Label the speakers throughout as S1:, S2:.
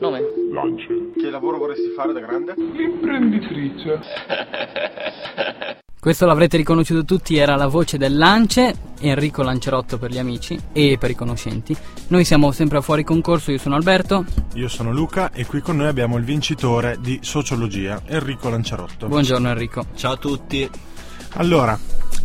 S1: Nome?
S2: Lance.
S3: Che lavoro vorresti fare da grande?
S2: Imprenditrice.
S1: Questo l'avrete riconosciuto tutti, era la voce del Lance, Enrico Lancerotto per gli amici e per i conoscenti. Noi siamo sempre a fuori concorso, io sono Alberto.
S4: Io sono Luca e qui con noi abbiamo il vincitore di sociologia, Enrico Lanciarotto.
S1: Buongiorno Enrico.
S5: Ciao a tutti.
S4: Allora,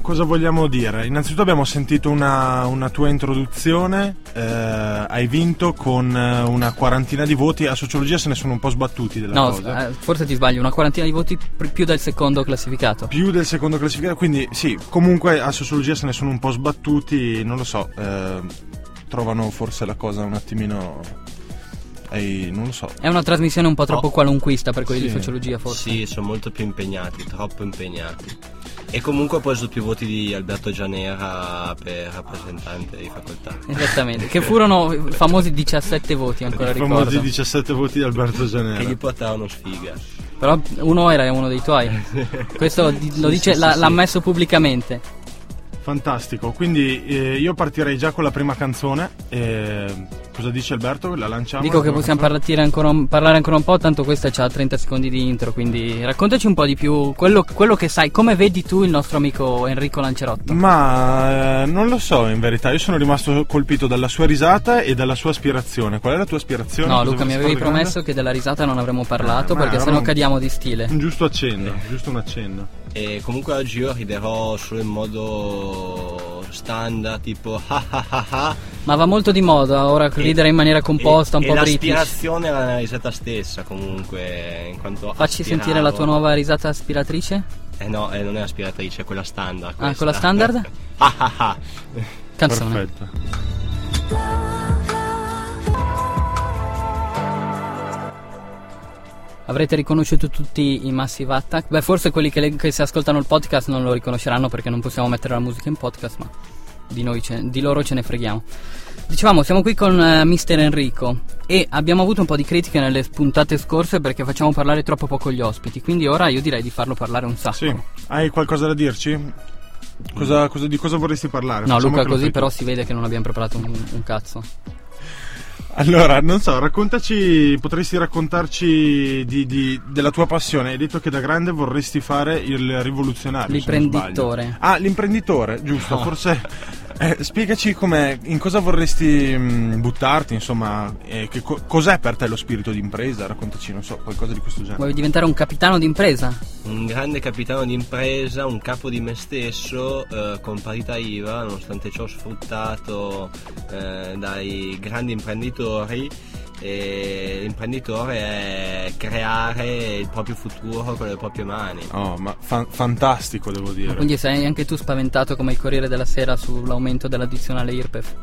S4: cosa vogliamo dire? Innanzitutto abbiamo sentito una, una tua introduzione, eh, hai vinto con eh, una quarantina di voti, a sociologia se ne sono un po' sbattuti della
S1: No,
S4: cosa.
S1: eh, forse ti sbaglio, una quarantina di voti pr- più del secondo classificato.
S4: più del secondo classificato, quindi sì, comunque a sociologia se ne sono un po' sbattuti, non lo so, eh, trovano forse la cosa un attimino... ai- non lo so.
S1: È una trasmissione un po' troppo
S5: Oh.
S1: qualunquista per quelli di
S4: Sì.
S1: sociologia forse.
S5: Sì, sono molto più impegnati, troppo impegnati. E comunque ho preso più voti di Alberto Gianera per rappresentante di facoltà.
S1: Eh. Esattamente, che furono i famosi 17 voti, ancora
S4: I
S1: ricordo.
S4: famosi 17 voti di Alberto Gianera.
S5: Che gli portavano sfiga.
S1: Però uno era uno dei tuoi. Questo di- lo
S5: Sì,
S1: dice,
S5: sì,
S1: l'ha,
S5: sì,
S1: l'ha
S5: sì.
S1: ammesso pubblicamente.
S4: Fantastico, quindi eh, io partirei già con la prima canzone. eh, cosa dice Alberto? La lanciamo?
S1: Dico
S4: la
S1: che
S4: prima
S1: possiamo
S4: canzone?
S1: partire ancora un- parlare ancora un po', tanto questa c'ha 30 secondi di intro, quindi raccontaci un po' di più quello, quello che sai, come vedi tu il nostro amico Enrico Lancerotto.
S4: Mm. Ma eh, non lo so in verità, io sono rimasto colpito dalla sua risata e dalla sua aspirazione. Qual è la tua aspirazione?
S1: No,
S4: Cosa
S1: Luca, mi
S4: vorresti
S1: avevi
S4: fare grande?
S1: promesso che della risata non avremmo parlato
S4: Eh, ma
S1: perché
S4: era
S1: sennò
S4: un-
S1: cadiamo di stile.
S4: Un giusto accenno, giusto un accenno.
S5: E comunque oggi io riderò solo in modo standard, tipo ha ha ha ha.
S1: Ma va molto di moda ora
S5: E-
S1: ridere in maniera composta,
S5: e-
S1: un po'
S5: e
S1: british.
S5: L'aspirazione era nella risata stessa comunque, in quanto
S1: Facci
S5: aspiravo-
S1: sentire la tua nuova risata aspiratrice.
S5: Eh no, eh, non è aspiratrice, è quella standard.
S1: Ah,
S5: questa.
S1: quella standard?
S5: ah ah ah.
S1: Canzone.
S4: Perfetto.
S1: Avrete riconosciuto tutti i Massive Attack? Beh, forse quelli che, le- che si ascoltano il podcast non lo riconosceranno perché non possiamo mettere la musica in podcast, ma di, noi ce- di loro ce ne freghiamo. Dicevamo, siamo qui con eh, Mister Enrico e abbiamo avuto un po' di critiche nelle puntate scorse perché facciamo parlare troppo poco gli ospiti, quindi ora io direi di farlo parlare un sacco.
S4: Sì, hai qualcosa da dirci? Cosa- cosa- di cosa vorresti parlare?
S1: No,
S4: Facciamo
S1: Luca,
S4: che lo
S1: così
S4: fai tu.
S1: però si vede che non abbiamo preparato un, un cazzo.
S4: Allora, non so, raccontaci, potresti raccontarci di- di- della tua passione. Hai detto che da grande vorresti fare il rivoluzionario. se non
S1: L'imprenditore.
S4: sbaglio. Ah, l'imprenditore, giusto, forse. eh, spiegaci com'è, in cosa vorresti mh, buttarti, insomma, eh, che co- cos'è per te lo spirito di impresa? Raccontaci, non so, qualcosa di questo genere.
S1: Vuoi diventare un capitano d'impresa?
S5: Un grande capitano d'impresa, un capo di me stesso, eh, con parità IVA, nonostante ciò sfruttato eh, dai grandi imprenditori. E l'imprenditore è creare il proprio futuro con le proprie mani.
S4: Oh, ma fa- fantastico, devo dire.
S1: Quindi sei anche tu spaventato come il Corriere della Sera sull'aumento dell'addizionale IRPEF?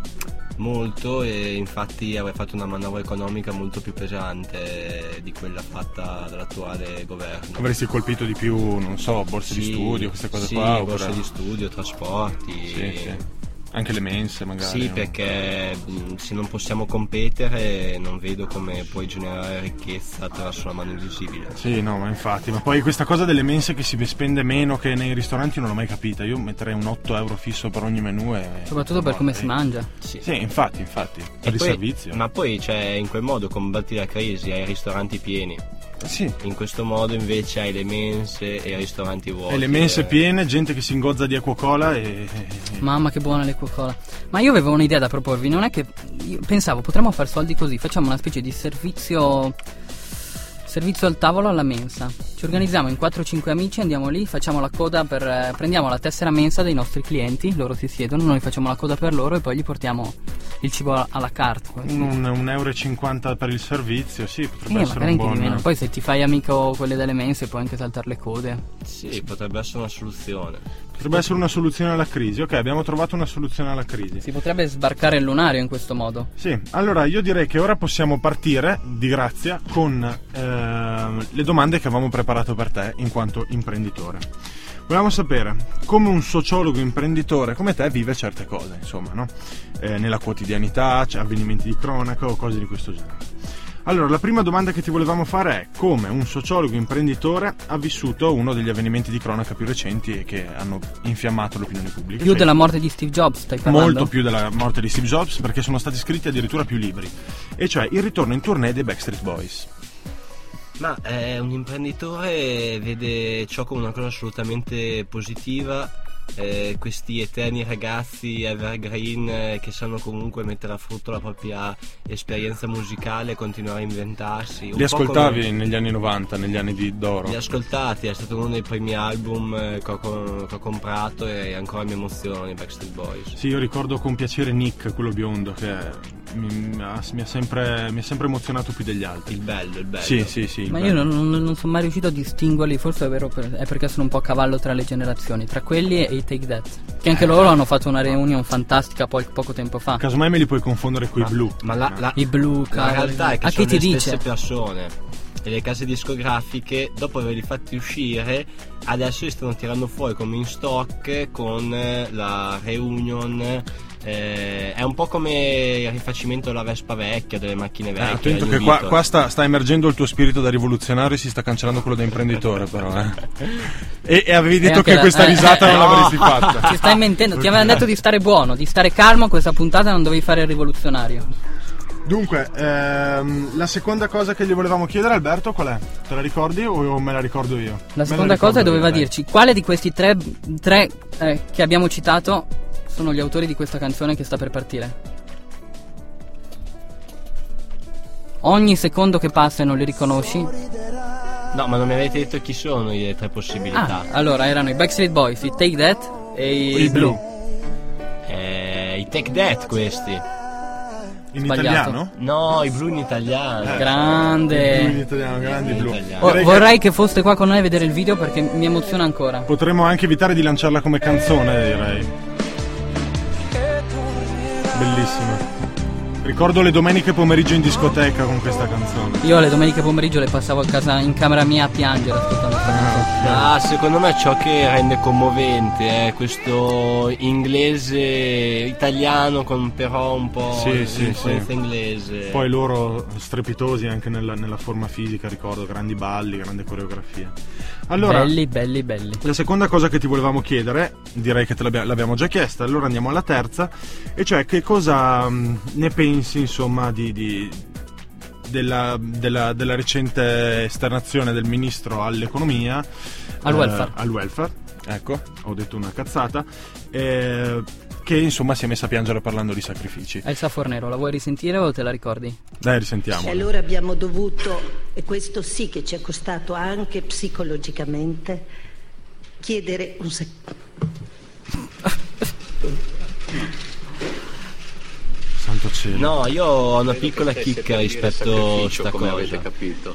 S5: Molto e infatti avrei fatto una manovra economica molto più pesante di quella fatta dall'attuale governo.
S4: Avresti colpito di più, non so, borse
S5: Sì,
S4: di studio, queste cose
S5: sì,
S4: qua.
S5: borse
S4: oppure-
S5: di studio, trasporti.
S4: Sì, sì. Anche le mense, magari.
S5: Sì,
S4: no?
S5: perché mh, se non possiamo competere non vedo come puoi generare ricchezza attraverso la mano invisibile.
S4: Sì, no, ma infatti, ma poi questa cosa delle mense che si spende meno che nei ristoranti non l'ho mai capita. Io metterei un 8 euro fisso per ogni menù e.
S1: Soprattutto per come si mangia.
S5: Sì.
S4: Sì, infatti, infatti. Per il
S5: poi-
S4: servizio.
S5: Ma poi cioè, in quel modo combatti la crisi, hai i ristoranti pieni.
S4: Sì.
S5: In questo modo invece hai le mense e i ristoranti vuoti.
S4: E le mense
S5: Eh,
S4: piene, gente che si ingozza di acqua cola e. e-
S1: Mamma che buona le coca Ma io avevo un'idea da proporvi, non è che io pensavo potremmo far soldi così, facciamo una specie di servizio servizio al tavolo alla mensa. Ci organizziamo in 4-5 amici, andiamo lì, facciamo la coda per eh, prendiamo la tessera mensa dei nostri clienti, loro si siedono, noi facciamo la coda per loro e poi gli portiamo il cibo a- alla carta.
S4: Un, un euro e 50 per il servizio, sì,
S1: Sì,
S4: potrebbe essere
S1: Eh, magari
S4: un
S1: anche
S4: buon.
S1: di meno. Poi se ti fai amico quelle delle mense puoi anche saltare le code.
S5: Sì, potrebbe essere una soluzione.
S4: Potrebbe essere una soluzione alla crisi. Ok, abbiamo trovato una soluzione alla crisi.
S1: Si potrebbe sbarcare il lunario in questo modo.
S4: Sì, allora io direi che ora possiamo partire, di grazia, con ehm, le domande che avevamo preparato per te in quanto imprenditore. Volevamo sapere come un sociologo imprenditore come te vive certe cose, insomma, no? Eh, nella quotidianità, c- avvenimenti di cronaca o cose di questo genere. Allora, la prima domanda che ti volevamo fare è come un sociologo imprenditore ha vissuto uno degli avvenimenti di cronaca più recenti e che hanno infiammato l'opinione pubblica.
S1: Più
S4: Cioè,
S1: della morte di Steve Jobs, stai parlando?
S4: molto più della morte di Steve Jobs perché sono stati scritti addirittura più libri. E cioè il ritorno in tournée dei Backstreet Boys.
S5: Ma eh, un imprenditore vede ciò come una cosa assolutamente positiva, eh, questi eterni ragazzi evergreen eh, che sanno comunque mettere a frutto la propria esperienza musicale, continuare a inventarsi. un
S4: Li
S5: po' come-
S4: ascoltavi negli anni 90, negli anni di d'oro.
S5: Li ascoltati, è stato uno dei primi album eh, che ho, co- che ho comprato e ancora mi emozionano i Backstreet Boys.
S4: Sì, io ricordo con piacere Nick, quello biondo, che mi, mi ha, mi ha sempre, mi ha sempre emozionato più degli altri.
S5: Il bello, il bello.
S4: Sì, sì, sì. il
S1: Ma io
S4: bello.
S1: non, non- non sono mai riuscito a distinguerli, forse è, vero per- è perché sono un po' a cavallo tra le generazioni, tra quelli e i Take That, che anche
S5: Eh.
S1: loro hanno fatto una reunion fantastica poi- poco tempo fa.
S4: Casomai me li puoi confondere con i
S5: Ma-
S4: blu.
S5: Ma la, la-
S1: I blu,
S5: La
S1: cavoli.
S5: realtà è che
S1: a chi
S5: sono
S1: ti
S5: le
S1: dice?
S5: stesse persone e le case discografiche, dopo averli fatti uscire, adesso li stanno tirando fuori come in stock con eh, la reunion. eh, è un po' come il rifacimento della Vespa vecchia, delle macchine
S4: Eh,
S5: vecchie.
S4: attento
S5: del
S4: che qua,
S5: Vito.
S4: qua sta, sta emergendo il tuo spirito da rivoluzionario e si sta cancellando quello da imprenditore però eh. e, e avevi detto
S1: anche
S4: che
S1: la-
S4: questa
S1: eh,
S4: risata
S1: eh,
S4: non
S1: no.
S4: l'avresti fatta
S1: Ci stai mentendo, ti avevano detto di stare buono, di stare calmo a questa puntata non dovevi fare il rivoluzionario.
S4: Dunque, ehm, la seconda cosa che gli volevamo chiedere, Alberto, qual è? Te la ricordi o me la ricordo io? Me
S1: La seconda
S4: ricordo
S1: cosa
S4: io,
S1: doveva
S4: dai.
S1: dirci quale di questi tre, tre, eh, che abbiamo citato sono gli autori di questa canzone che sta per partire. Ogni secondo che passa e non li riconosci.
S5: No, ma non mi avete detto chi sono le tre possibilità.
S1: Ah, allora erano i Backstreet Boys, i Take That e i,
S4: I blu.
S5: Eh, I Tech Dead questi.
S4: In
S1: Sbagliato.
S4: italiano?
S5: No, i blu in
S4: Eh,
S5: italiano.
S4: Blu In
S1: Grande.
S4: italiano, grandi blu.
S1: Eh. Oh,
S5: italiano.
S4: Direi che
S1: vorrei che foste qua con noi a vedere il video perché mi emoziona ancora.
S4: Potremmo anche evitare di lanciarla come canzone, direi. Bellissima. Ricordo le domeniche pomeriggio in discoteca con questa canzone.
S1: Io le domeniche pomeriggio le passavo a casa in camera mia a piangere ascoltando questa canzone.
S5: Ah, secondo me ciò che rende commovente è questo inglese italiano con però un po'
S4: Sì, sì,
S5: l'influenza
S4: sì.
S5: inglese.
S4: Poi loro strepitosi anche nella, nella forma fisica, ricordo, grandi balli, grande coreografia. Allora,
S1: Belli, belli, belli.
S4: la seconda cosa che ti volevamo chiedere, direi che te l'abbia- l'abbiamo già chiesta, allora andiamo alla terza, e cioè che cosa mh, ne pensi insomma di... di- della, della- della recente esternazione del ministro all'economia
S1: Al
S4: eh,
S1: welfare.
S4: al welfare ecco ho detto una cazzata eh, che insomma si è messa a piangere parlando di sacrifici
S1: Elsa Fornero, la vuoi risentire o te la ricordi?
S4: dai risentiamo
S2: E allora abbiamo dovuto, e questo sì che ci è costato anche psicologicamente, chiedere un secondo.
S4: santo cielo
S5: No, io ho una piccola chicca rispetto a sta
S6: come avete
S5: cosa.
S6: capito.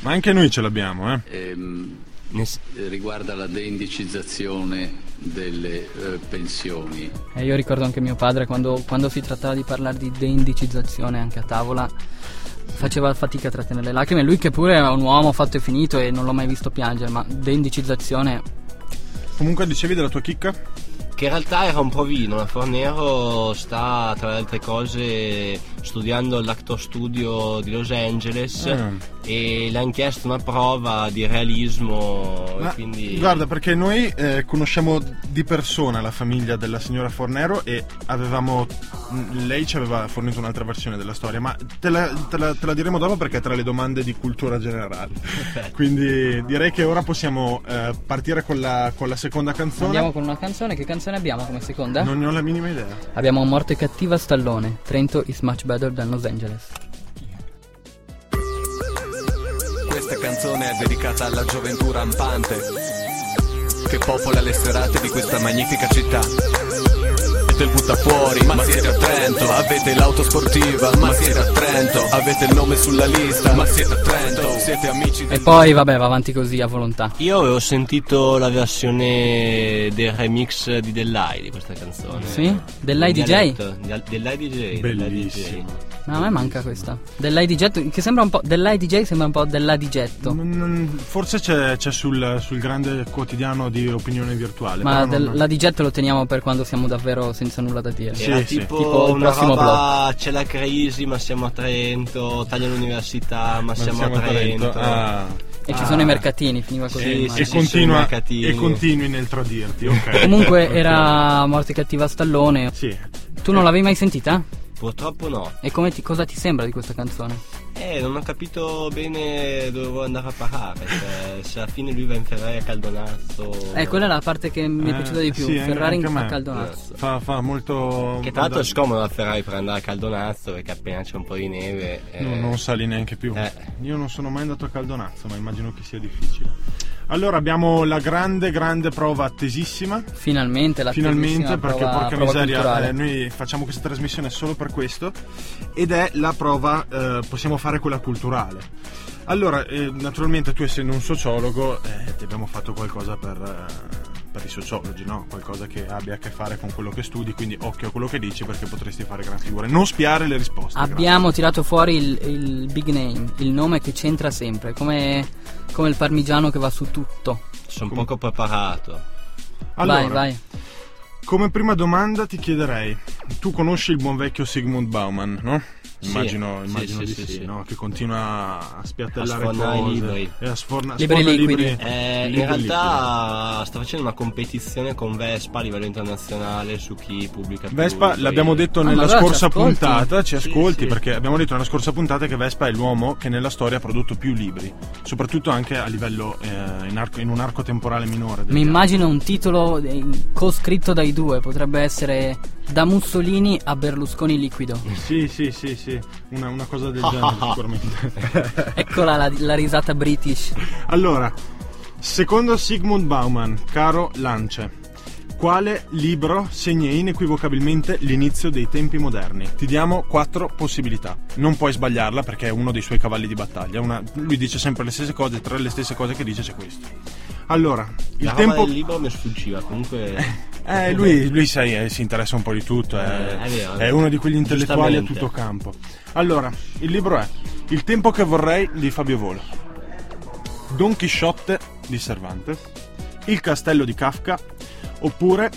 S4: ma anche noi ce l'abbiamo eh
S6: Ehm, eh, riguarda la deindicizzazione delle eh, pensioni.
S1: E Eh, io ricordo anche mio padre quando, quando si trattava di parlare di deindicizzazione anche a tavola faceva fatica a trattenere le lacrime. Lui che pure è un uomo fatto e finito e non l'ho mai visto piangere, ma deindicizzazione
S4: comunque dicevi della tua chicca
S5: Che in realtà era un provino, la Fornero sta tra le altre cose studiando all'Actor Studio di Los Angeles
S4: Ah.
S5: e le hanno chiesto una prova di realismo e
S4: Ma,
S5: quindi...
S4: Guarda, perché noi eh, conosciamo di persona la famiglia della signora Fornero e avevamo. mh, Lei ci aveva fornito un'altra versione della storia, ma te la, te la- te la diremo dopo perché è tra le domande di cultura generale. Quindi direi che ora possiamo eh, partire con la, con la seconda canzone.
S1: Andiamo con una canzone, che canzone abbiamo come seconda?
S4: Non ne ho la minima idea.
S1: Abbiamo Morte cattiva Stallone, Trento is much better than Los Angeles.
S7: Questa canzone è dedicata alla gioventù rampante che popola le serate di questa magnifica città. Siete il buttafuori, ma siete a Trento, avete l'auto sportiva, ma siete a Trento, avete il nome sulla lista, ma siete a Trento, siete amici
S1: E
S4: Esatto.
S7: del
S1: poi vabbè, va avanti così a volontà.
S5: Io avevo sentito la versione del remix di Dell'Ai di questa canzone.
S1: Sì? Dell'Ai
S5: In
S1: DJ?
S5: dialetto, di- Dell'Ai DJ. dell'Ai DJ.
S4: Bellissimo.
S1: No, a me manca questa. Dell'IDJ, che sembra un po'. Dell'IDJ sembra un po' dell'adigetto.
S4: Mm, Forse c'è, c'è sul, sul grande quotidiano di opinione virtuale.
S1: Ma
S4: però non-
S1: dell'adigetto lo teniamo per quando siamo davvero senza nulla da dire.
S4: Sì.
S5: Era tipo,
S1: Tipo il
S5: una
S1: prossimo
S5: roba, c'è la crisi, ma siamo a Trento, taglia l'università, ma
S4: non
S5: siamo, a Trento.
S4: Ah.
S1: E ci
S5: Ah.
S1: sono i mercatini, finiva così.
S5: Sì,
S1: immagino.
S5: sì,
S4: E,
S5: sì. sui
S4: continua,
S5: mercatini.
S4: e continui nel tradirti, ok.
S1: Comunque
S4: Ok.
S1: era Morte cattiva a Stallone.
S4: Sì.
S1: Tu non l'avevi mai sentita?
S5: Purtroppo no.
S1: E come ti- cosa ti sembra di questa canzone?
S5: Eh, non ho capito bene dove vuole andare a parare. cioè, se alla fine lui va in Ferrari a Caldonazzo.
S1: Eh, quella è la parte che mi è
S4: Eh,
S1: piaciuta di più.
S4: sì, anche-
S1: Ferrari
S4: anche a
S1: a
S4: me.
S1: Caldonazzo.
S4: Fa, fa molto.
S5: Che tra l'altro è
S4: da-
S5: scomoda la Ferrari per andare a Caldonazzo perché appena c'è un po' di neve. eh,
S4: No, non sali neanche più.
S5: Eh.
S4: Io non sono mai andato a Caldonazzo, ma immagino che sia difficile. Allora abbiamo la grande, grande prova attesissima.
S1: Finalmente la
S4: Finalmente,
S1: prova,
S4: perché porca
S1: prova
S4: miseria,
S1: culturale.
S4: eh, noi facciamo questa trasmissione solo per questo. Ed è la prova, eh, possiamo fare quella culturale. Allora, eh, naturalmente tu essendo un sociologo, eh, ti abbiamo fatto qualcosa per, eh, per i sociologi, no? Qualcosa che abbia a che fare con quello che studi, quindi occhio a quello che dici perché potresti fare gran figura. Non spiare le risposte. grazie.
S1: Abbiamo tirato fuori il, il big name, il nome che c'entra sempre, come, come il parmigiano che va su tutto.
S5: Sono poco preparato.
S1: vai, vai.
S4: Come prima domanda ti chiederei, tu conosci il buon vecchio Sigmund Bauman, no?
S5: Sì.
S4: Immagino,
S5: Sì,
S4: immagino
S5: sì,
S4: di
S5: sì,
S4: sì,
S5: sì.
S4: no? Che continua a spiattellare
S5: A sfornare i
S4: cose
S5: libri.
S4: e a sforna-
S1: Libri
S4: sforna
S1: liquidi.
S4: libri-
S5: Eh,
S4: libri
S5: in realtà sta facendo una competizione con Vespa a livello internazionale su chi pubblica
S4: liquidi.
S5: più
S4: Vespa,
S5: libri.
S4: l'abbiamo detto
S1: Ah, ma
S4: nella
S1: allora ci
S4: scorsa
S1: ascolti?
S4: puntata, ci
S5: Sì,
S4: ascolti
S5: sì.
S4: perché abbiamo detto nella scorsa puntata che Vespa è l'uomo che nella storia ha prodotto più libri, soprattutto anche a livello eh, in, arco- in un arco temporale minore. degli
S1: Mi
S4: anni.
S1: immagino un titolo eh, coscritto dai due, potrebbe essere Da Mussolini a Berlusconi liquido.
S4: Sì, sì, sì, sì, una, una cosa del genere sicuramente.
S1: Eccola Ecco la, la risata british.
S4: Allora, secondo Sigmund Bauman, caro Lance, quale libro segna inequivocabilmente l'inizio dei tempi moderni? Ti diamo quattro possibilità. Non puoi sbagliarla perché è uno dei suoi cavalli di battaglia. Una- lui dice sempre le stesse cose, tra le stesse cose che dice c'è questo. Allora, il
S5: La roba
S4: tempo...
S5: del libro mi sfuggiva, comunque
S4: Eh, lui, lui, sai, eh, si interessa un po' di tutto, eh.
S5: Eh, è vero.
S4: è uno di quegli intellettuali a
S5: Giustamente.
S4: tutto campo. Allora, il libro è Il tempo che vorrei di Fabio Volo, Don Chisciotte di Cervantes, Il castello di Kafka, oppure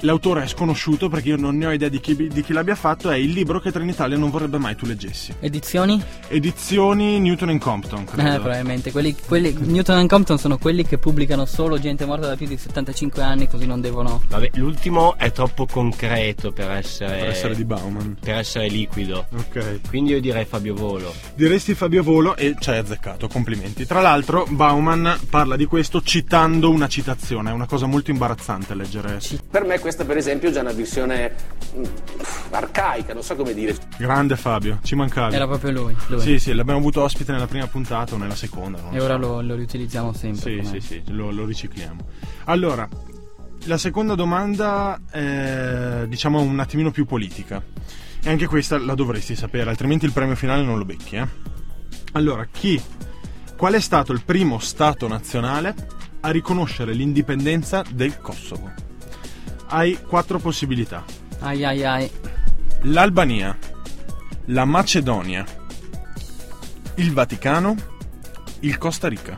S4: l'autore è sconosciuto perché io non ne ho idea di chi, di chi l'abbia fatto, è il libro che Trenitalia non vorrebbe mai tu leggessi.
S1: Edizioni?
S4: Edizioni Newton and Compton, credo.
S1: Eh, probabilmente. Quelli, quelli- Newton and Compton sono quelli che pubblicano solo gente morta da più di 75 anni, così non devono.
S5: vabbè, l'ultimo è troppo concreto per essere
S4: per essere di Bauman.
S5: per essere liquido.
S4: Ok.
S5: Quindi io direi Fabio Volo.
S4: Diresti Fabio Volo e ci hai azzeccato, complimenti. Tra l'altro Bauman parla di questo citando una citazione, è una cosa molto imbarazzante leggere.
S8: Per me questa per esempio è già una versione mm, pff, arcaica, non so come dire.
S4: Grande Fabio, ci mancavi.
S1: Era proprio lui. lui.
S4: Sì, sì, l'abbiamo avuto ospite nella prima puntata o nella seconda. Non
S1: E
S4: so.
S1: ora lo, lo riutilizziamo sempre.
S4: Sì,
S1: com'è.
S4: sì, sì, lo, lo ricicliamo. Allora, la seconda domanda è diciamo un attimino più politica. E anche questa la dovresti sapere, altrimenti il premio finale non lo becchi. eh. Allora, chi, qual è stato il primo Stato nazionale a riconoscere l'indipendenza del Kosovo? Hai quattro possibilità.
S1: Ai ai ai.
S4: L'Albania, la Macedonia, il Vaticano, il Costa Rica.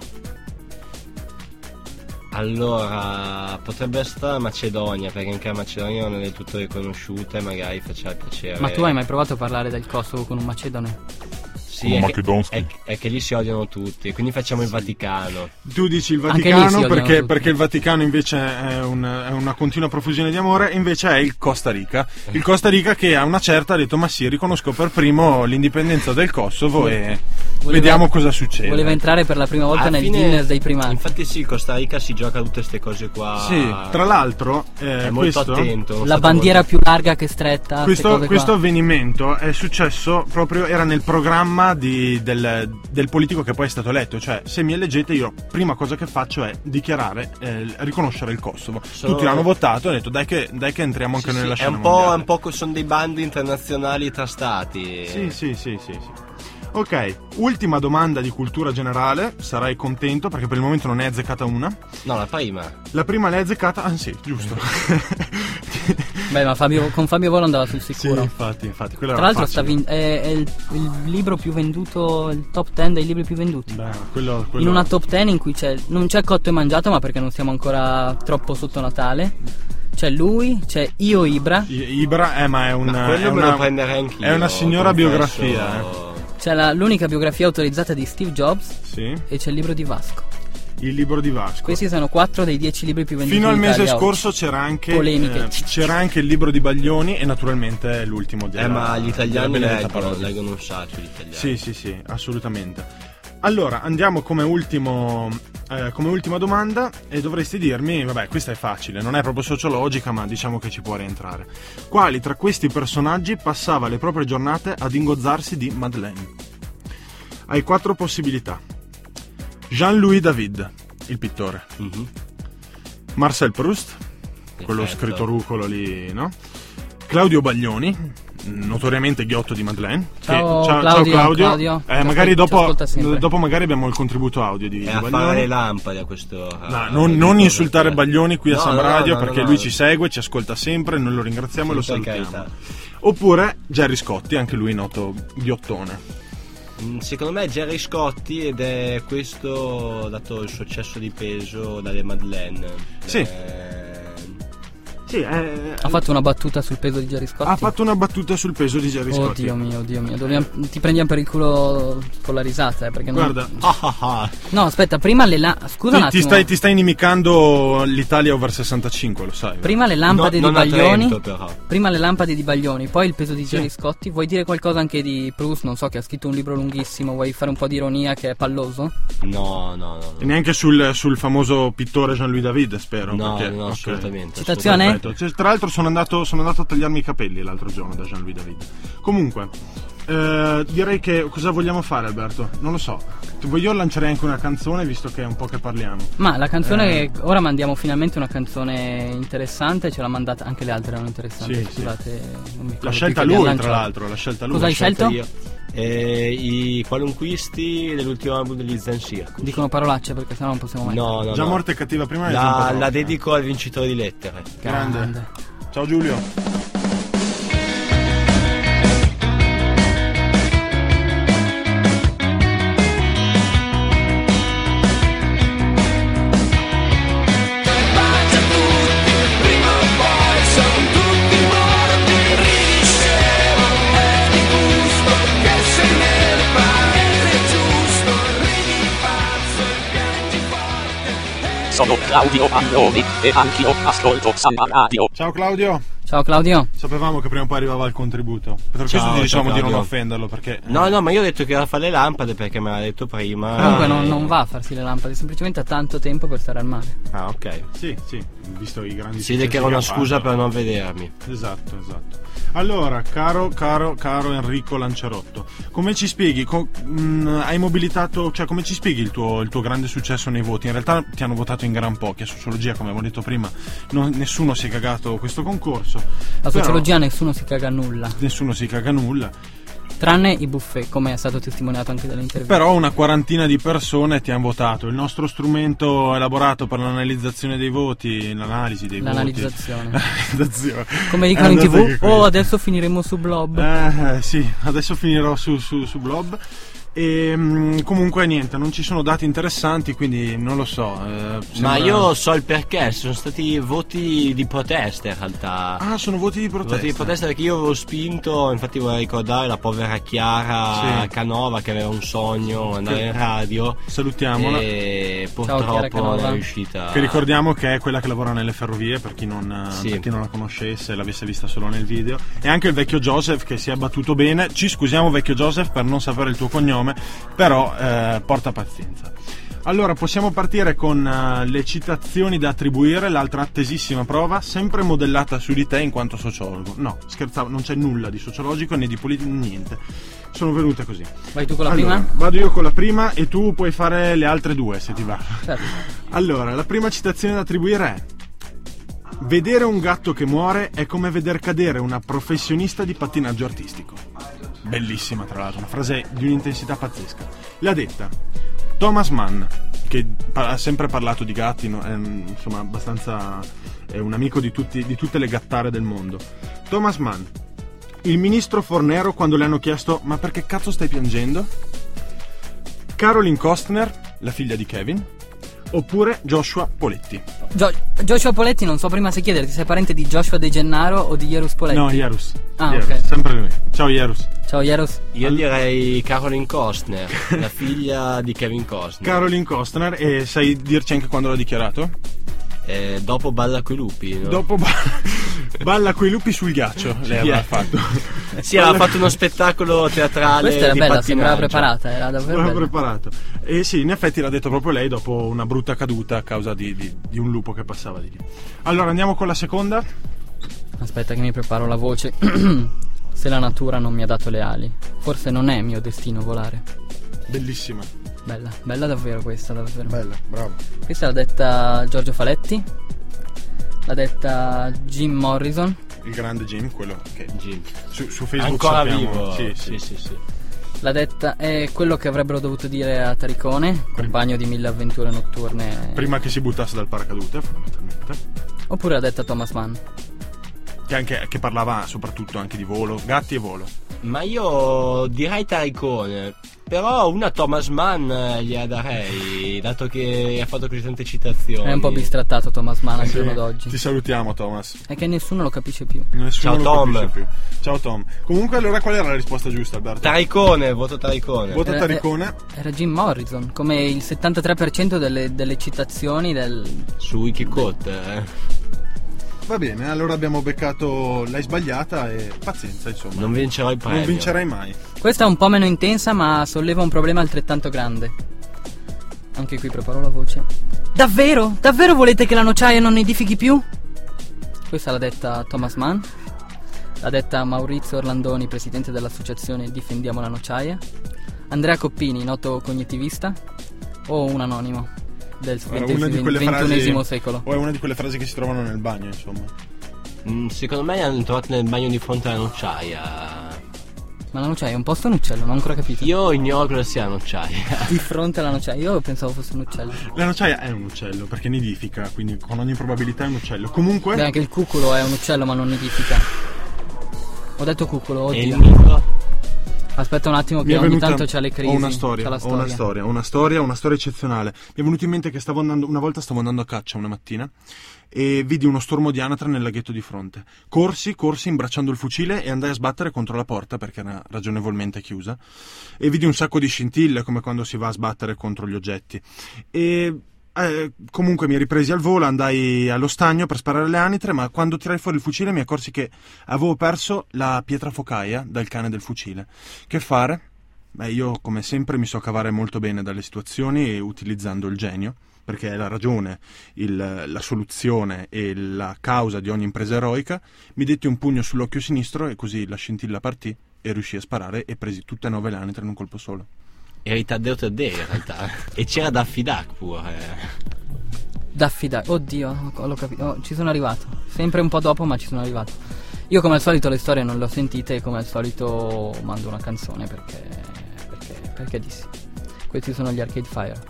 S5: Allora, potrebbe essere la Macedonia, perché anche la Macedonia non è del tutto riconosciuta e magari faceva piacere.
S1: Ma tu
S4: Eh.
S1: hai mai provato a parlare del Kosovo con un macedone?
S5: Sì, è che, è, è che lì si odiano tutti, quindi facciamo il Vaticano.
S4: Tu dici il
S1: Anche lì si
S4: Vaticano
S1: odiano
S4: perché,
S1: tutti.
S4: perché il Vaticano invece è, un- è una continua profusione di amore, invece è il Costa Rica. Il Costa Rica che a una certa ha detto ma sì, riconosco per primo l'indipendenza del Kosovo e
S1: Voleva-
S4: vediamo cosa succede.
S1: Voleva entrare per la prima volta
S5: Alla
S1: nel
S5: fine-
S1: dinner dei primati.
S5: Infatti sì, Costa Rica si gioca tutte queste cose qua.
S4: Sì, tra l'altro eh,
S5: è molto
S4: questo,
S5: attento. uno
S1: La
S5: stato
S1: bandiera
S5: molto-
S1: più larga che stretta. queste
S4: questo-
S1: cose qua.
S4: questo avvenimento è successo proprio, era nel programma di- del, del politico che poi è stato eletto, cioè se mi eleggete io prima cosa che faccio è dichiarare, eh, riconoscere il Kosovo.
S5: Sono-
S4: Tutti l'hanno votato e hanno detto dai che, dai che entriamo anche
S5: Sì,
S4: noi nella
S5: sì, è
S4: scena
S5: un po',
S4: mondiale".
S5: è un po' co- sono dei bandi internazionali tra stati.
S4: Sì, sì, sì, sì, sì. Ok, ultima domanda di cultura generale, sarai contento perché per il momento non ne hai azzeccata una.
S5: No, la prima.
S4: La prima l'hai azzeccata, ah sì, giusto.
S1: Beh, ma Fabio, con Fabio Volo andava sul
S4: Sì,
S1: sicuro.
S4: infatti, infatti. quello
S1: Tra
S4: era
S1: l'altro sta
S4: facile.
S1: vin- è, è il, il libro più venduto, il top 10 dei libri più venduti.
S4: Beh, quello, quello-
S1: In una top 10 in cui c'è, non c'è cotto e mangiato, ma perché non siamo ancora troppo sotto Natale. C'è lui, c'è Io Ibra,
S4: I- Ibra, eh, ma è una.
S5: Ma quello
S4: è
S5: me
S4: una-
S5: lo prenderei anch'io.
S4: È una signora
S5: confesso.
S4: biografia, eh.
S1: c'è la- l'unica biografia autorizzata di Steve Jobs
S4: Sì.
S1: e c'è il libro di Vasco.
S4: Il libro di Vasco.
S1: Questi sono 4 dei 10 libri più venduti.
S4: Fino
S1: in
S4: al mese
S1: Italia oggi.
S4: scorso c'era anche,
S1: Polemiche.
S4: eh, c'era anche il libro di Baglioni e naturalmente l'ultimo della,
S5: Eh, ma gli italiani
S4: della Benedetta
S5: leggono,
S4: Parodi.
S5: leggono un sacco gli italiani.
S4: Sì, sì, sì, assolutamente. Allora, andiamo come, ultimo, eh, come ultima domanda e dovresti dirmi, vabbè, questa è facile, non è proprio sociologica, ma diciamo che ci può rientrare. Quali tra questi personaggi passava le proprie giornate ad ingozzarsi di Madeleine? Hai quattro possibilità. Jean-Louis David, il pittore.
S5: Mhm.
S4: Marcel Proust, quello
S5: Perfetto.
S4: scritto rucolo lì, no? Claudio Baglioni,
S5: Mm.
S4: notoriamente ghiotto di Madeleine. che-
S1: Ciao, Claudio, Claudio.
S4: Eh,
S1: Ci ascol-
S4: magari
S1: ci
S4: dopo,
S1: ascolta sempre.
S4: dopo magari abbiamo il contributo audio di
S5: È
S4: di
S5: a fare le
S4: Baglioni.
S5: lampade a questo.
S4: No, non, non insultare Baglioni qui a Sam Radio perché lui ci segue, ci ascolta sempre, noi lo ringraziamo e lo
S5: Sì, per
S4: salutiamo.
S5: carità.
S4: Oppure Gerry Scotti, anche lui noto ghiottone.
S5: Mm, Secondo me è Jerry Scotti ed è questo dato il successo di peso dalle Madeleine.
S4: Sì.
S5: Eh,
S4: Sì, eh,
S1: Ha fatto una battuta sul peso di Jerry Scotti.
S4: ha fatto una battuta sul peso di Gerry Scotti.
S1: Oddio mio, oddio mio, dobbiamo- ti prendiamo per il culo con la risata, eh, perché non-
S4: Guarda,
S5: ah, ah, ah.
S1: No, aspetta, prima le la- scusa un
S4: ti, ti
S1: attimo.
S4: stai, ti stai inimicando l'Italia over 65, lo sai.
S1: Prima le
S5: No,
S1: lampade
S5: non
S1: di
S5: a
S1: Baglioni.
S5: Trento, però.
S1: Prima le lampade di Baglioni, poi il peso di Jerry
S4: Sì.
S1: Scotti. Vuoi dire qualcosa anche di Proust? Non so, che ha scritto un libro lunghissimo. Vuoi fare un po' di ironia che è palloso?
S5: No, no, no.
S4: E
S5: no.
S4: neanche sul, sul famoso pittore Jean-Louis David, spero.
S5: No,
S4: perché-
S5: no,
S4: ok.
S5: assolutamente.
S1: Citazione?
S5: assolutamente.
S4: Perfetto. Cioè, tra l'altro sono andato, sono andato a tagliarmi i capelli l'altro giorno da Jean-Louis David. Comunque, eh, direi che cosa vogliamo fare Alberto? Non lo so. Tipo, Io lancerei anche una canzone visto che è un po' che parliamo.
S1: Ma la canzone.
S4: Eh.
S1: Ora mandiamo finalmente una canzone interessante. Ce l'ha mandata. Anche le altre erano interessanti.
S4: Sì, sì.
S1: Scusate, non mi ricordo
S4: La
S1: più
S4: scelta
S1: chi le ha
S4: lui, tra
S1: lanciate.
S4: l'altro, la scelta lui.
S1: Cosa hai scelto?
S5: Io. Eh, I qualunquisti dell'ultimo album degli Zen Circus.
S1: Dicono parolacce perché sennò non possiamo mai.
S5: No, no,
S4: Già
S5: no.
S4: morte e cattiva prima ne sono un po'
S5: La,
S4: troppo,
S5: la
S4: eh.
S5: dedico al vincitore di lettere.
S4: Grande. Ciao Giulio.
S9: Sono Claudio Paglioni e anch'io ascolto Samba Radio.
S4: Ciao Claudio.
S1: Ciao Claudio.
S4: Sapevamo che prima o poi arrivava il contributo. Per questo ti
S5: ciao,
S4: diciamo di non
S5: Claudio.
S4: offenderlo perché...
S5: No, no, ma io ho detto che era fare le lampade perché me l'ha detto prima.
S4: Ah.
S1: Comunque non,
S5: Eh,
S1: non va a farsi le lampade, semplicemente ha tanto tempo per stare al mare.
S5: Ah, ok.
S4: Sì, sì, visto i grandi
S5: Si vede
S4: successi
S5: che era una
S4: ha fatto.
S5: scusa per non vedermi.
S4: Esatto, esatto. Allora, caro, caro, caro Enrico Lanciarotto, come ci spieghi? co- mh, hai mobilitato, cioè come ci spieghi il tuo, il tuo grande successo nei voti? In realtà ti hanno votato in gran pochi, a sociologia, come abbiamo detto prima, non- nessuno si è cagato questo concorso.
S1: La
S4: Però
S1: sociologia nessuno si caga nulla.
S4: Nessuno si caga nulla.
S1: Tranne i buffet, come è stato testimoniato anche dall'intervista.
S4: Però una quarantina di persone ti hanno votato. Il nostro strumento elaborato per l'analizzazione dei voti, l'analisi dei
S1: L'analizzazione.
S4: voti. L'analizzazione.
S1: Come dicono in
S4: Eh, andate
S1: tv,
S4: che
S1: oh
S4: questo.
S1: adesso finiremo su Blob.
S4: Eh, sì, adesso finirò su, su, su Blob. E mm, comunque niente, non ci sono dati interessanti, quindi non lo so. eh,
S5: Ma
S4: sembra-
S5: io so il perché, sono stati voti di protesta in realtà.
S4: Ah, sono voti di protesta.
S5: Voti di protesta perché io avevo spinto, infatti vorrei ricordare la povera Chiara
S4: Sì.
S5: Canova che aveva un sogno, andare in radio.
S4: Salutiamola.
S5: E
S1: Chiara
S5: purtroppo
S1: Canova.
S5: non è riuscita.
S4: Che ricordiamo che è quella che lavora nelle ferrovie, per chi, non, eh,
S5: Sì.
S4: per chi non la conoscesse e l'avesse vista solo nel video. E anche il vecchio Joseph che si è battuto bene. Ci scusiamo vecchio Joseph per non sapere il tuo cognome, però eh, porta pazienza. Allora, possiamo partire con eh, le citazioni da attribuire, l'altra attesissima prova, sempre modellata su di te in quanto sociologo. No, scherzavo, non c'è nulla di sociologico né di politico, niente. Sono venute così.
S1: Vai tu con la
S4: Allora,
S1: prima?
S4: Vado io con la prima e tu puoi fare le altre due se ti va.
S1: Certo.
S4: Allora, la prima citazione da attribuire è: Vedere un gatto che muore è come veder cadere una professionista di pattinaggio artistico. Bellissima, tra l'altro, una frase di un'intensità pazzesca. L'ha detta Thomas Mann, che par- ha sempre parlato di gatti, no? è, mm, insomma, abbastanza. è un amico di, tutti- di tutte le gattare del mondo. Thomas Mann, il ministro Fornero, quando le hanno chiesto: Ma perché cazzo stai piangendo? Caroline Costner, la figlia di Kevin, oppure Joshua Poletti.
S1: Gio- Joshua Poletti, non so prima se chiederti se è parente di Joshua De Gennaro o di Jerus Poletti.
S4: No, Iarus.
S1: Ah,
S4: Iarus,
S1: ok.
S4: Sempre lui. Ciao, Iarus.
S1: Ciao Jerus.
S5: Io direi Caroline Costner, la figlia di Kevin Costner.
S4: Caroline Costner, e sai dirci anche quando l'ha dichiarato?
S5: Eh, dopo Balla coi lupi. no?
S4: Dopo ba- Balla coi lupi sul ghiaccio, lei aveva fatto.
S5: Sì, aveva fatto uno spettacolo teatrale.
S1: Questa era
S5: di
S1: bella,
S5: pattinaggio.
S1: sembrava preparata, era davvero
S4: L'ha
S1: bella.
S4: preparato. E sì, in effetti l'ha detto proprio lei dopo una brutta caduta a causa di, di- di un lupo che passava di lì. Allora andiamo con la seconda.
S1: Aspetta che mi preparo la voce. se la natura non mi ha dato le ali, forse non è mio destino volare.
S4: Bellissima.
S1: Bella, bella davvero questa, davvero.
S4: Bella, bravo.
S1: Questa l'ha detta Giorgio Faletti. L'ha detta Jim Morrison.
S4: Il grande Jim, quello che
S5: Sì.
S4: su, su Facebook
S5: Ancora
S4: sappiamo.
S5: vivo.
S4: Sì, sì.
S5: sì, sì.
S1: L'ha detta è quello che avrebbero dovuto dire a Taricone, compagno di mille avventure notturne.
S4: Prima che si buttasse dal paracadute, fondamentalmente.
S1: Oppure l'ha detta Thomas Mann.
S4: Che, anche- che parlava soprattutto anche di volo, gatti e volo.
S5: Ma io direi Taricone. Però una Thomas Mann eh, gliela darei, dato che ha fatto così tante citazioni.
S1: È un po' bistrattato Thomas Mann al giorno d'oggi.
S4: Ti salutiamo, Thomas.
S1: È che nessuno lo capisce più.
S4: Nessuno
S5: Ciao,
S4: lo
S5: Tom.
S4: capisce più. Ciao Tom. Comunque allora qual era la risposta giusta Alberto?
S5: Taricone, voto Taricone.
S4: Vota
S1: Era-
S4: Taricone.
S1: Era Jim Morrison, come il 73% delle, delle citazioni del...
S5: Su Wikicode. Eh.
S4: Va bene, allora abbiamo beccato l'hai sbagliata e pazienza, insomma.
S5: Non vincerò il
S4: Non
S5: premio.
S4: vincerai mai.
S1: Questa è un po' meno intensa, ma solleva un problema altrettanto grande. Anche qui preparo la voce. Davvero? Davvero volete che la nociaia non nidifichi più? Questa l'ha detta Thomas Mann. L'ha detta Maurizio Orlandoni, presidente dell'associazione Difendiamo la nociaia. Andrea Coppini, noto cognitivista. O un anonimo del
S4: Era una di quelle
S1: XXI
S4: frasi
S1: secolo.
S4: O è una di quelle frasi che si trovano nel bagno, insomma.
S5: Mm, Secondo me hanno trovato nel bagno di fronte alla nocciaia.
S1: Ma la nociaia è un posto o un uccello? Non ho ancora capito.
S5: Io ignoro cosa sia la nocciaia.
S1: Di fronte alla nociaia, io pensavo fosse un uccello.
S4: La nocciaia è un uccello perché nidifica, quindi con ogni probabilità è un uccello. Comunque
S1: Beh, anche il cuculo è un uccello, ma non nidifica. Ho detto cuculo,
S5: E il
S1: oddio.
S5: mito?
S1: Aspetta un attimo,
S4: mi
S1: che
S4: è
S1: ogni
S4: venuta
S1: tanto c'ha le crisi.
S4: ho una
S1: c'ha
S4: storia,
S1: la
S4: ho una storia, una storia, una storia eccezionale. Mi è venuto in mente che stavo andando una volta stavo andando a caccia una mattina e vidi uno stormo di anatra nel laghetto di fronte. Corsi, corsi imbracciando il fucile e andai a sbattere contro la porta perché era ragionevolmente chiusa e vidi un sacco di scintille come quando si va a sbattere contro gli oggetti. E eh, comunque mi ripresi al volo, andai allo stagno per sparare le anitre, ma quando tirai fuori il fucile mi accorsi che avevo perso la pietra focaia dal cane del fucile. Che fare? Beh, io come sempre mi so cavare molto bene dalle situazioni e utilizzando il genio, perché è la ragione, il- la soluzione e la causa di ogni impresa eroica. Mi detti un pugno sull'occhio sinistro e così la scintilla partì e riuscii a sparare e presi tutte e nove le anitre in un colpo solo.
S5: Eri Taddeo Taddei in realtà. e c'era Daffy Duck pure. eh.
S1: Daffy Duck, oddio, ho- l'ho capito. Oh, ci sono arrivato. Sempre un po' dopo, ma ci sono arrivato. Io come al solito le storie non le ho sentite e come al solito mando una canzone perché... perché... perché dissi. Questi sono gli Arcade Fire.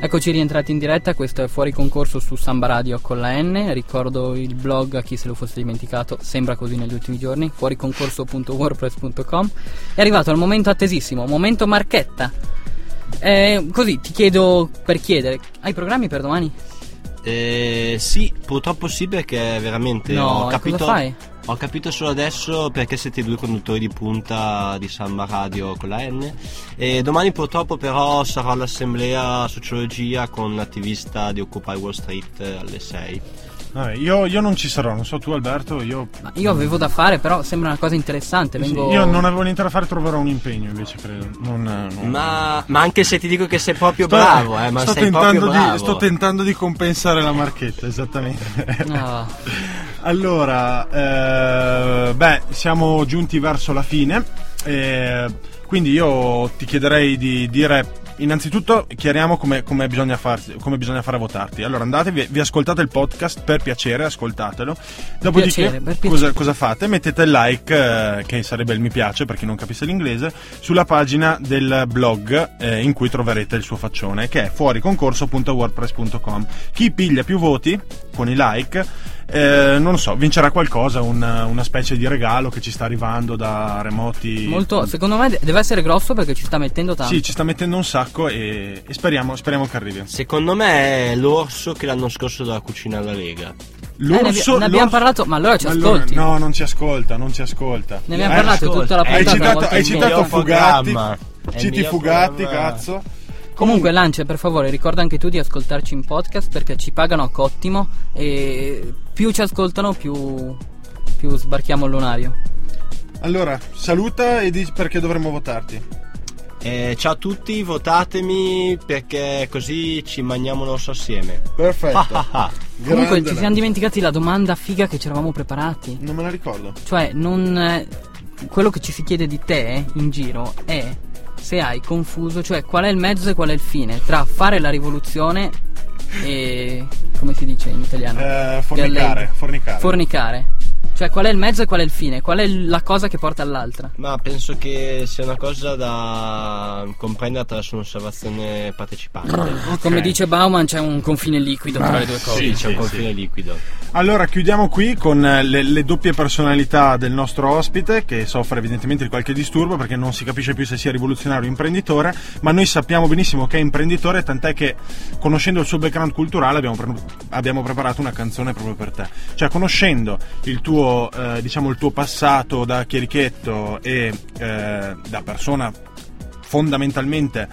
S1: Eccoci rientrati in diretta, questo è Fuori Concorso su Samba Radio con la N, ricordo il blog a chi se lo fosse dimenticato, sembra così negli ultimi giorni, fuoriconcorso.wordpress.com. È arrivato il momento attesissimo, momento marchetta. Eh, così ti chiedo per chiedere, hai programmi per domani?
S5: Eh, sì, purtroppo sì perché veramente
S1: No,
S5: ho
S1: e
S5: capito...
S1: cosa fai?
S5: Ho capito solo adesso perché siete i due conduttori di punta di Samba Radio con la N. E domani purtroppo però sarò all'assemblea sociologia con l'attivista di Occupy Wall Street eh, alle 6.
S4: Vabbè, io, io non ci sarò, non so tu Alberto, io...
S1: Ma io avevo da fare, però sembra una cosa interessante, vengo...
S4: Io non avevo niente da fare, troverò un impegno invece, credo. Non, eh,
S1: Mm.
S4: non-
S5: Ma, ma anche se ti dico che sei proprio
S4: Sto-
S5: bravo, eh, ma
S4: sto
S5: sei proprio
S4: tentando di-
S5: bravo.
S4: sto tentando di compensare la marchetta, esattamente.
S1: Ah,
S4: Allora, eh, beh, siamo giunti verso la fine, eh, quindi io ti chiederei di dire... Innanzitutto chiariamo come, come bisogna farsi- come bisogna fare a votarti. Allora andatevi, vi ascoltate il podcast per piacere, ascoltatelo. Dopodiché,
S1: piacere, per piacere.
S4: cosa, cosa fate? Mettete il like, eh, che sarebbe il mi piace per chi non capisse l'inglese, sulla pagina del blog eh, in cui troverete il suo faccione, che è fuoriconcorso.wordpress.com. Chi piglia più voti con i like, eh, non lo so, vincerà qualcosa, un- una specie di regalo che ci sta arrivando da remoti. Mm.
S1: Molto, secondo me de- deve essere grosso perché ci sta mettendo tanto.
S4: Sì, ci sta mettendo un sacco e, e speriamo, speriamo che
S1: Eh,
S4: arrivi.
S5: Secondo me è l'orso che l'anno scorso dalla cucina alla Lega.
S4: Eh,
S1: Eh, ne abbi- ne abbiamo parlato- ma allora ci ascolti.
S4: no, non ci ascolta, non ci ascolta. Eh,
S1: Ne abbiamo parlato
S5: ascolta.
S1: tutta la
S4: Hai
S1: puntata. una
S4: citato,
S1: volta
S4: hai
S1: in
S5: il
S4: citato
S5: miglior
S4: Fugatti.
S5: programma. È il
S4: Citi
S5: miglior
S4: Fugatti,
S5: programma.
S4: cazzo.
S1: Comunque, Lancia, per favore, ricorda anche tu di ascoltarci in podcast perché ci pagano a cottimo e più ci ascoltano, più, più sbarchiamo il lunario.
S4: Allora, saluta e dici perché dovremmo votarti.
S5: Eh, ciao a tutti, votatemi perché così ci mangiamo l'orso assieme. Ah,
S4: Perfetto.
S5: ah, ah.
S1: Comunque,
S4: Grande
S1: ci
S4: Lancia.
S1: siamo dimenticati la domanda figa che ci eravamo preparati.
S4: Non me la ricordo.
S1: Cioè, non. eh, Quello che ci si chiede di te eh, in giro è se hai confuso, cioè qual è il mezzo e qual è il fine tra fare la rivoluzione e. come si dice in italiano?
S4: Eh,
S1: Galleggi.
S4: fornicare, fornicare.
S1: Fornicare. Cioè qual è il mezzo e qual è il fine? Qual è la cosa che porta all'altra?
S5: Ma penso che sia una cosa da comprendere attraverso un'osservazione partecipante.
S1: Come dice Bauman c'è un confine liquido
S4: Ah.
S1: tra le due cose.
S4: Sì,
S5: Sì, c'è un
S4: sì,
S5: confine liquido.
S4: Allora, chiudiamo qui con eh, le, le doppie personalità del nostro ospite, che soffre evidentemente di qualche disturbo perché non si capisce più se sia rivoluzionario o imprenditore, ma noi sappiamo benissimo che è imprenditore, tant'è che conoscendo il suo background culturale abbiamo, pre- abbiamo preparato una canzone proprio per te. Cioè, conoscendo il tuo, eh, diciamo, il tuo passato da chierichetto e eh, da persona fondamentalmente...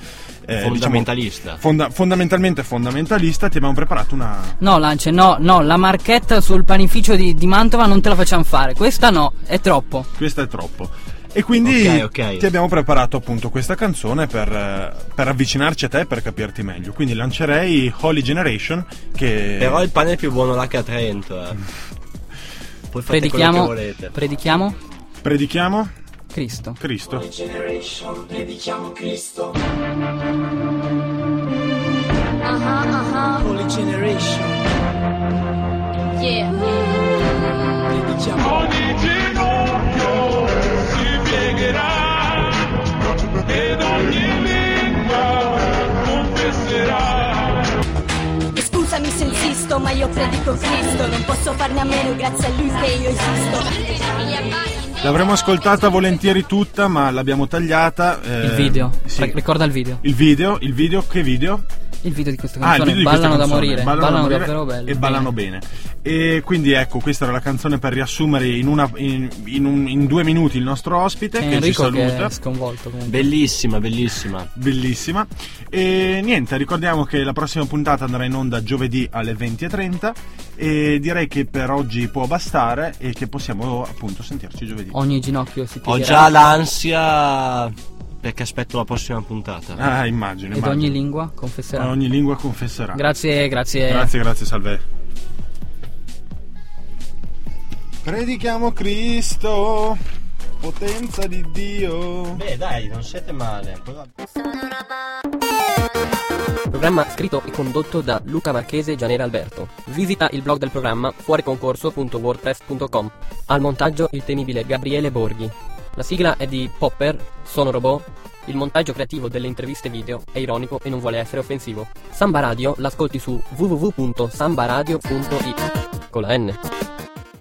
S4: eh, diciamo,
S5: Fondamentalista.
S4: fonda- fondamentalmente fondamentalista, ti abbiamo preparato una,
S1: No, Lance, no, no, la marchetta sul panificio di, di Mantova non te la facciamo fare. Questa no, è troppo.
S4: Questa è troppo. E quindi
S5: Ok, ok.
S4: ti abbiamo preparato appunto questa canzone per, eh, per avvicinarci a te e per capirti meglio. Quindi lancerei Holy Generation che...
S5: Però il pane è più buono là che a Trento. Eh. Poi fate quello che
S1: Predichiamo,
S5: volete.
S1: predichiamo
S4: Predichiamo
S1: Cristo.
S4: Cristo.
S10: Holy Generation. Yeah. Scusami se insisto, ma io predico Cristo, non posso farne a meno, grazie a lui che io esisto.
S4: L'avremmo ascoltata volentieri tutta, ma l'abbiamo tagliata. eh,
S1: Il video.
S4: sì.
S1: Re- Ricorda il video.
S4: Il video, il video, che video?
S1: Il video di questa
S4: Ah, il
S1: canzone.
S4: video di questa
S1: ballano da
S4: canzone.
S1: morire. Ballano,
S4: da morire
S1: davvero bello.
S4: E ballano bene. E quindi ecco, questa era la canzone per riassumere in, una- in- in un- in due minuti il nostro ospite
S1: C'è
S4: che
S1: Enrico
S4: ci saluta.
S1: che è sconvolto comunque.
S5: Bellissima, bellissima.
S4: bellissima. E niente, ricordiamo che la prossima puntata andrà in onda giovedì alle 20.30 e direi che per oggi può bastare e che possiamo appunto sentirci giovedì.
S1: Ogni ginocchio si piega.
S5: Ho già l'ansia perché aspetto la prossima puntata.
S4: Ah, immagino,
S1: Ed
S4: immagino.
S1: ogni lingua confesserà.
S4: Ogni lingua confesserà.
S1: Grazie, grazie.
S4: Grazie, grazie, salve. Predichiamo Cristo, potenza di Dio.
S5: Beh, dai, non siete male.
S11: Programma scritto e condotto da Luca Marchese e Gianera Alberto. Visita il blog del programma fuoriconcorso.wordpress.com. Al montaggio il temibile Gabriele Borghi. La sigla è di Popper, Sono Robot. Il montaggio creativo delle interviste video è ironico e non vuole essere offensivo. Samba Radio l'ascolti su www.sambaradio.it con la N.